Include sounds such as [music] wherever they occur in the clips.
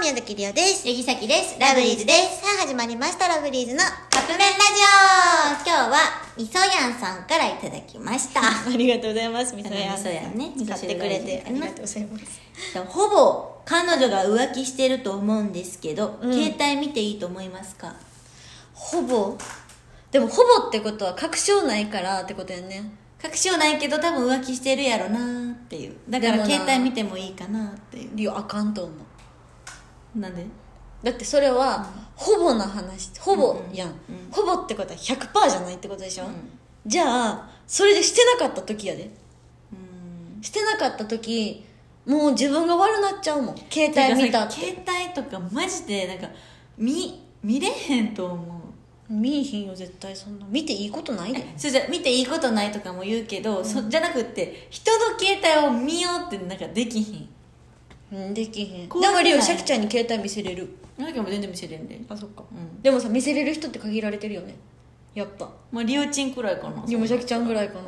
宮崎りおです。杉崎です。ララブブリリーーズズでですす。。さあ始まりました、ラブリーズの。カップ麺ラジオ今日は、みそやんさんからいただきま [laughs] した。ありがとうございます、みそやんそうやんね。使ってくれてありがとうございます。ほぼ、彼女が浮気してると思うんですけど、うん携帯見ていいと思いますかほぼ、でもほぼってことは確証ないからってことやね。確証ないけど多分浮気してるやろなーっていう。だかでもらな携帯見てもいいかなっていりおあかんと思う。う。なんでだってそれは、ほぼな話、ほぼやん。うんうんほぼってことは100%じゃないってことでしょ、うんじゃあ、それでしてなかった時やで。うん。してなかった時、もう自分が悪なっちゃうもん。携帯見てたかっさて。携帯とかマジで、なんか、見、見れへんと思う。見えひんよ絶対そんな見ていいことないでそうじゃ見ていいことないとかも言うけど、そじゃなくって人の携帯を見ようってなんかできひうんできへん怖くなだいからリオシャキちゃんに携帯見せれるんなんかも全然見せれんであそっかうんでもさ見せれる人って限られてるよねやっぱまありおちんくらいかなリオシャキちゃんぐらいいかな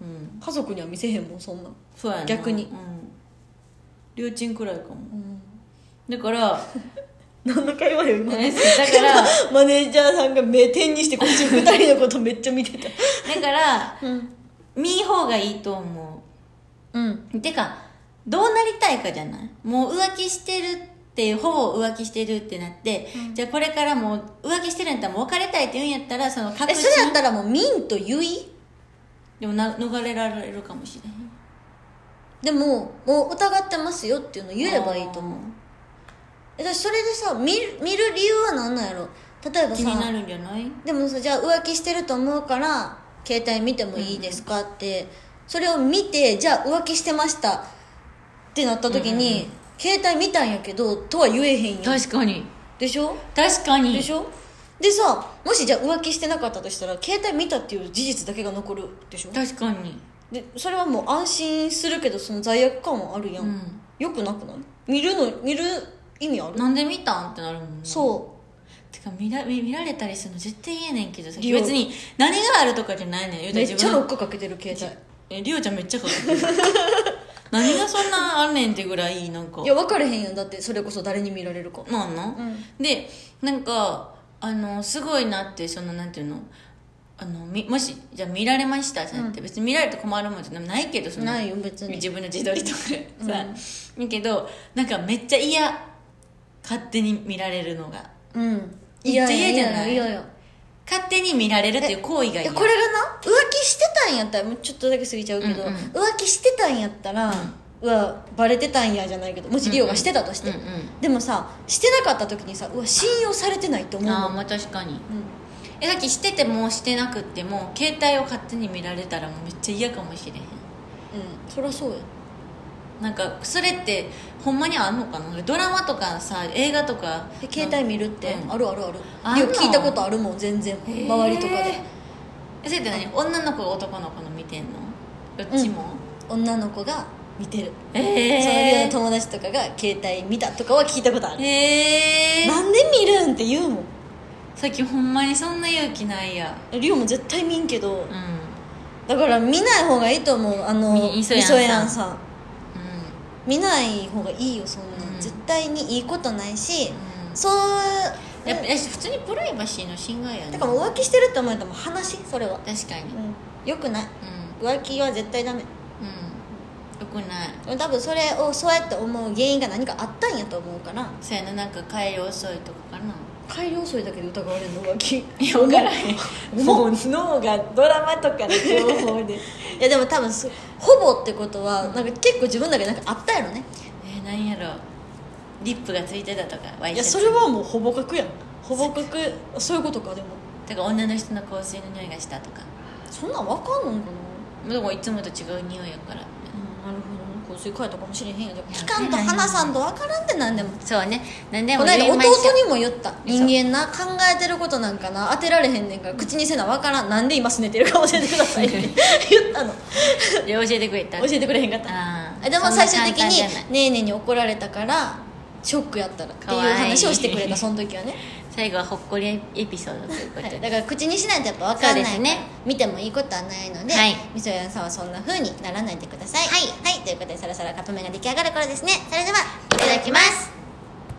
うん家族には見せへんもんそんなんそうやな逆にうんりおちんくらいかもうん [laughs] だから何の会話よ今えだからだ [laughs] マネージャーさんが目点にしてこっち2人のことめっちゃ見てたからうん見ん方がいいと思うんうてかどうなりたいかじゃないもう浮気してるっていうほぼ浮気してるってなって、じゃあこれからもう浮気してるんやったらもう別れたいって言うんやったらその確えそれやったらもうミンとユイでもな逃れられるかもしれないでももう疑ってますよっていうの言えばいいと思うあえだからそれでさ見る見る理由は何なんやろ例えーばさ気になるんじゃないでもさじゃあ浮気してると思うから携帯見てもいいですかって、それを見てじゃあ浮気してましたってなった時に、携帯見たんやけどとは言えへんやん確かにでしょ確かにでしょでさもしじゃあ浮気してなかったとしたら携帯見たっていう事実だけが残るでしょ確かにでそれはもう安心するけどその罪悪感はあるやん、うんよくなくない見るの見る意味あるなんで見たんってなるもんねそてか見ら見見られたりするの絶対言えねんけどさリオ別に何があるとかじゃないねん言ううためらっちゃ自ロ分ックかけてる携帯えリオちゃんめっちゃかか [laughs] ってる何がそんなあんねんってぐらいなんかいや分かれへんやんだってそれこそ誰に見られるかなんの、でなんかあのすごいなってそのなんていうのあのみもしじゃあ見られましたってなって、別に見られて困るもんじゃないけどそのないよ別に自分の自撮りとかさ、いいけどなんかめっちゃ嫌勝手に見られるのがうんめっちゃ嫌じゃないいやいや勝手に見られるっていう行為がい嫌やこれがな浮気してたんやったらもうちょっとだけ過ぎちゃうけど、うんうん浮気してたんやったら、うわバレてたんやじゃないけどもしリオがしてたとして、うんうでもさしてなかった時にさうわ信用されてないって思んうああもんまあ確かにうんえさっきしててもしてなくっても携帯を勝手に見られたらもうめっちゃ嫌かもしれへんうんそりゃそうやなんかそれってほんまにあんのかなドラマとかさ映画とかで携帯見るって、うんあるあるあるあんリのオ聞いたことあるもん全然へー周りとかでえそれって何女の子が男の子の見てんのどっちも、女の子が見てる、えそのリオのえ友達とかが携帯見たとかは聞いたことある、ええなんで見るんって言うもんさっきほんまにそんな勇気ないやリオも絶対見んけど、うんうだから見ない方がいいと思うあのみ磯やんさん磯やんさんん見ない方がいいよそんなん、うん絶対にいいことないし、うんそうやっぱ私普通にプライバシーの侵害やねだからもう浮気してるって思えたらもう話それは、確かにうんうん、よくないうん浮気は絶対ダメよくない多分それをそうやって思う原因が何かあったんやと思うからそうやななんか帰り遅いとかかな改良遅いだけで疑われるの浮気いや分からへんもう脳がドラマとかの情報で [laughs] いやでも多分そほぼってことはなんか結構自分だけなんかあったやろねえなんやろリップがついてたとかワイシャツはもうほぼ確やんほぼ確そういうことかでもだから女の人の香水の匂いがしたとかそんなん分かんのんかなでもいつもと違う匂いやからなるほど香水変えたかもしれへんやん期間と話さんと分からんってなんでもそうね何でこもの間弟言いましょうにも言った人間な考えてることなんかな当てられへんねんから口にせな分からんなんで今すねてるか教えてくださいって言ったの [laughs] 教 [laughs] いや教えてくれたえてくれへんかったあーでもそんな最終的簡単じゃないにねえねえに怒られたからショックやったらっていう話をしてくれかわたいいその時はね、最後はほっこりエピソードというこはとで、い、だから口にしないとやっぱ分かんないからそうですね見てもいいことはないので、はいみそやんさんはそんな風にならないでくださいはい、はい、ということでそろそろカップ麺が出来上がる頃ですねそれではいただきます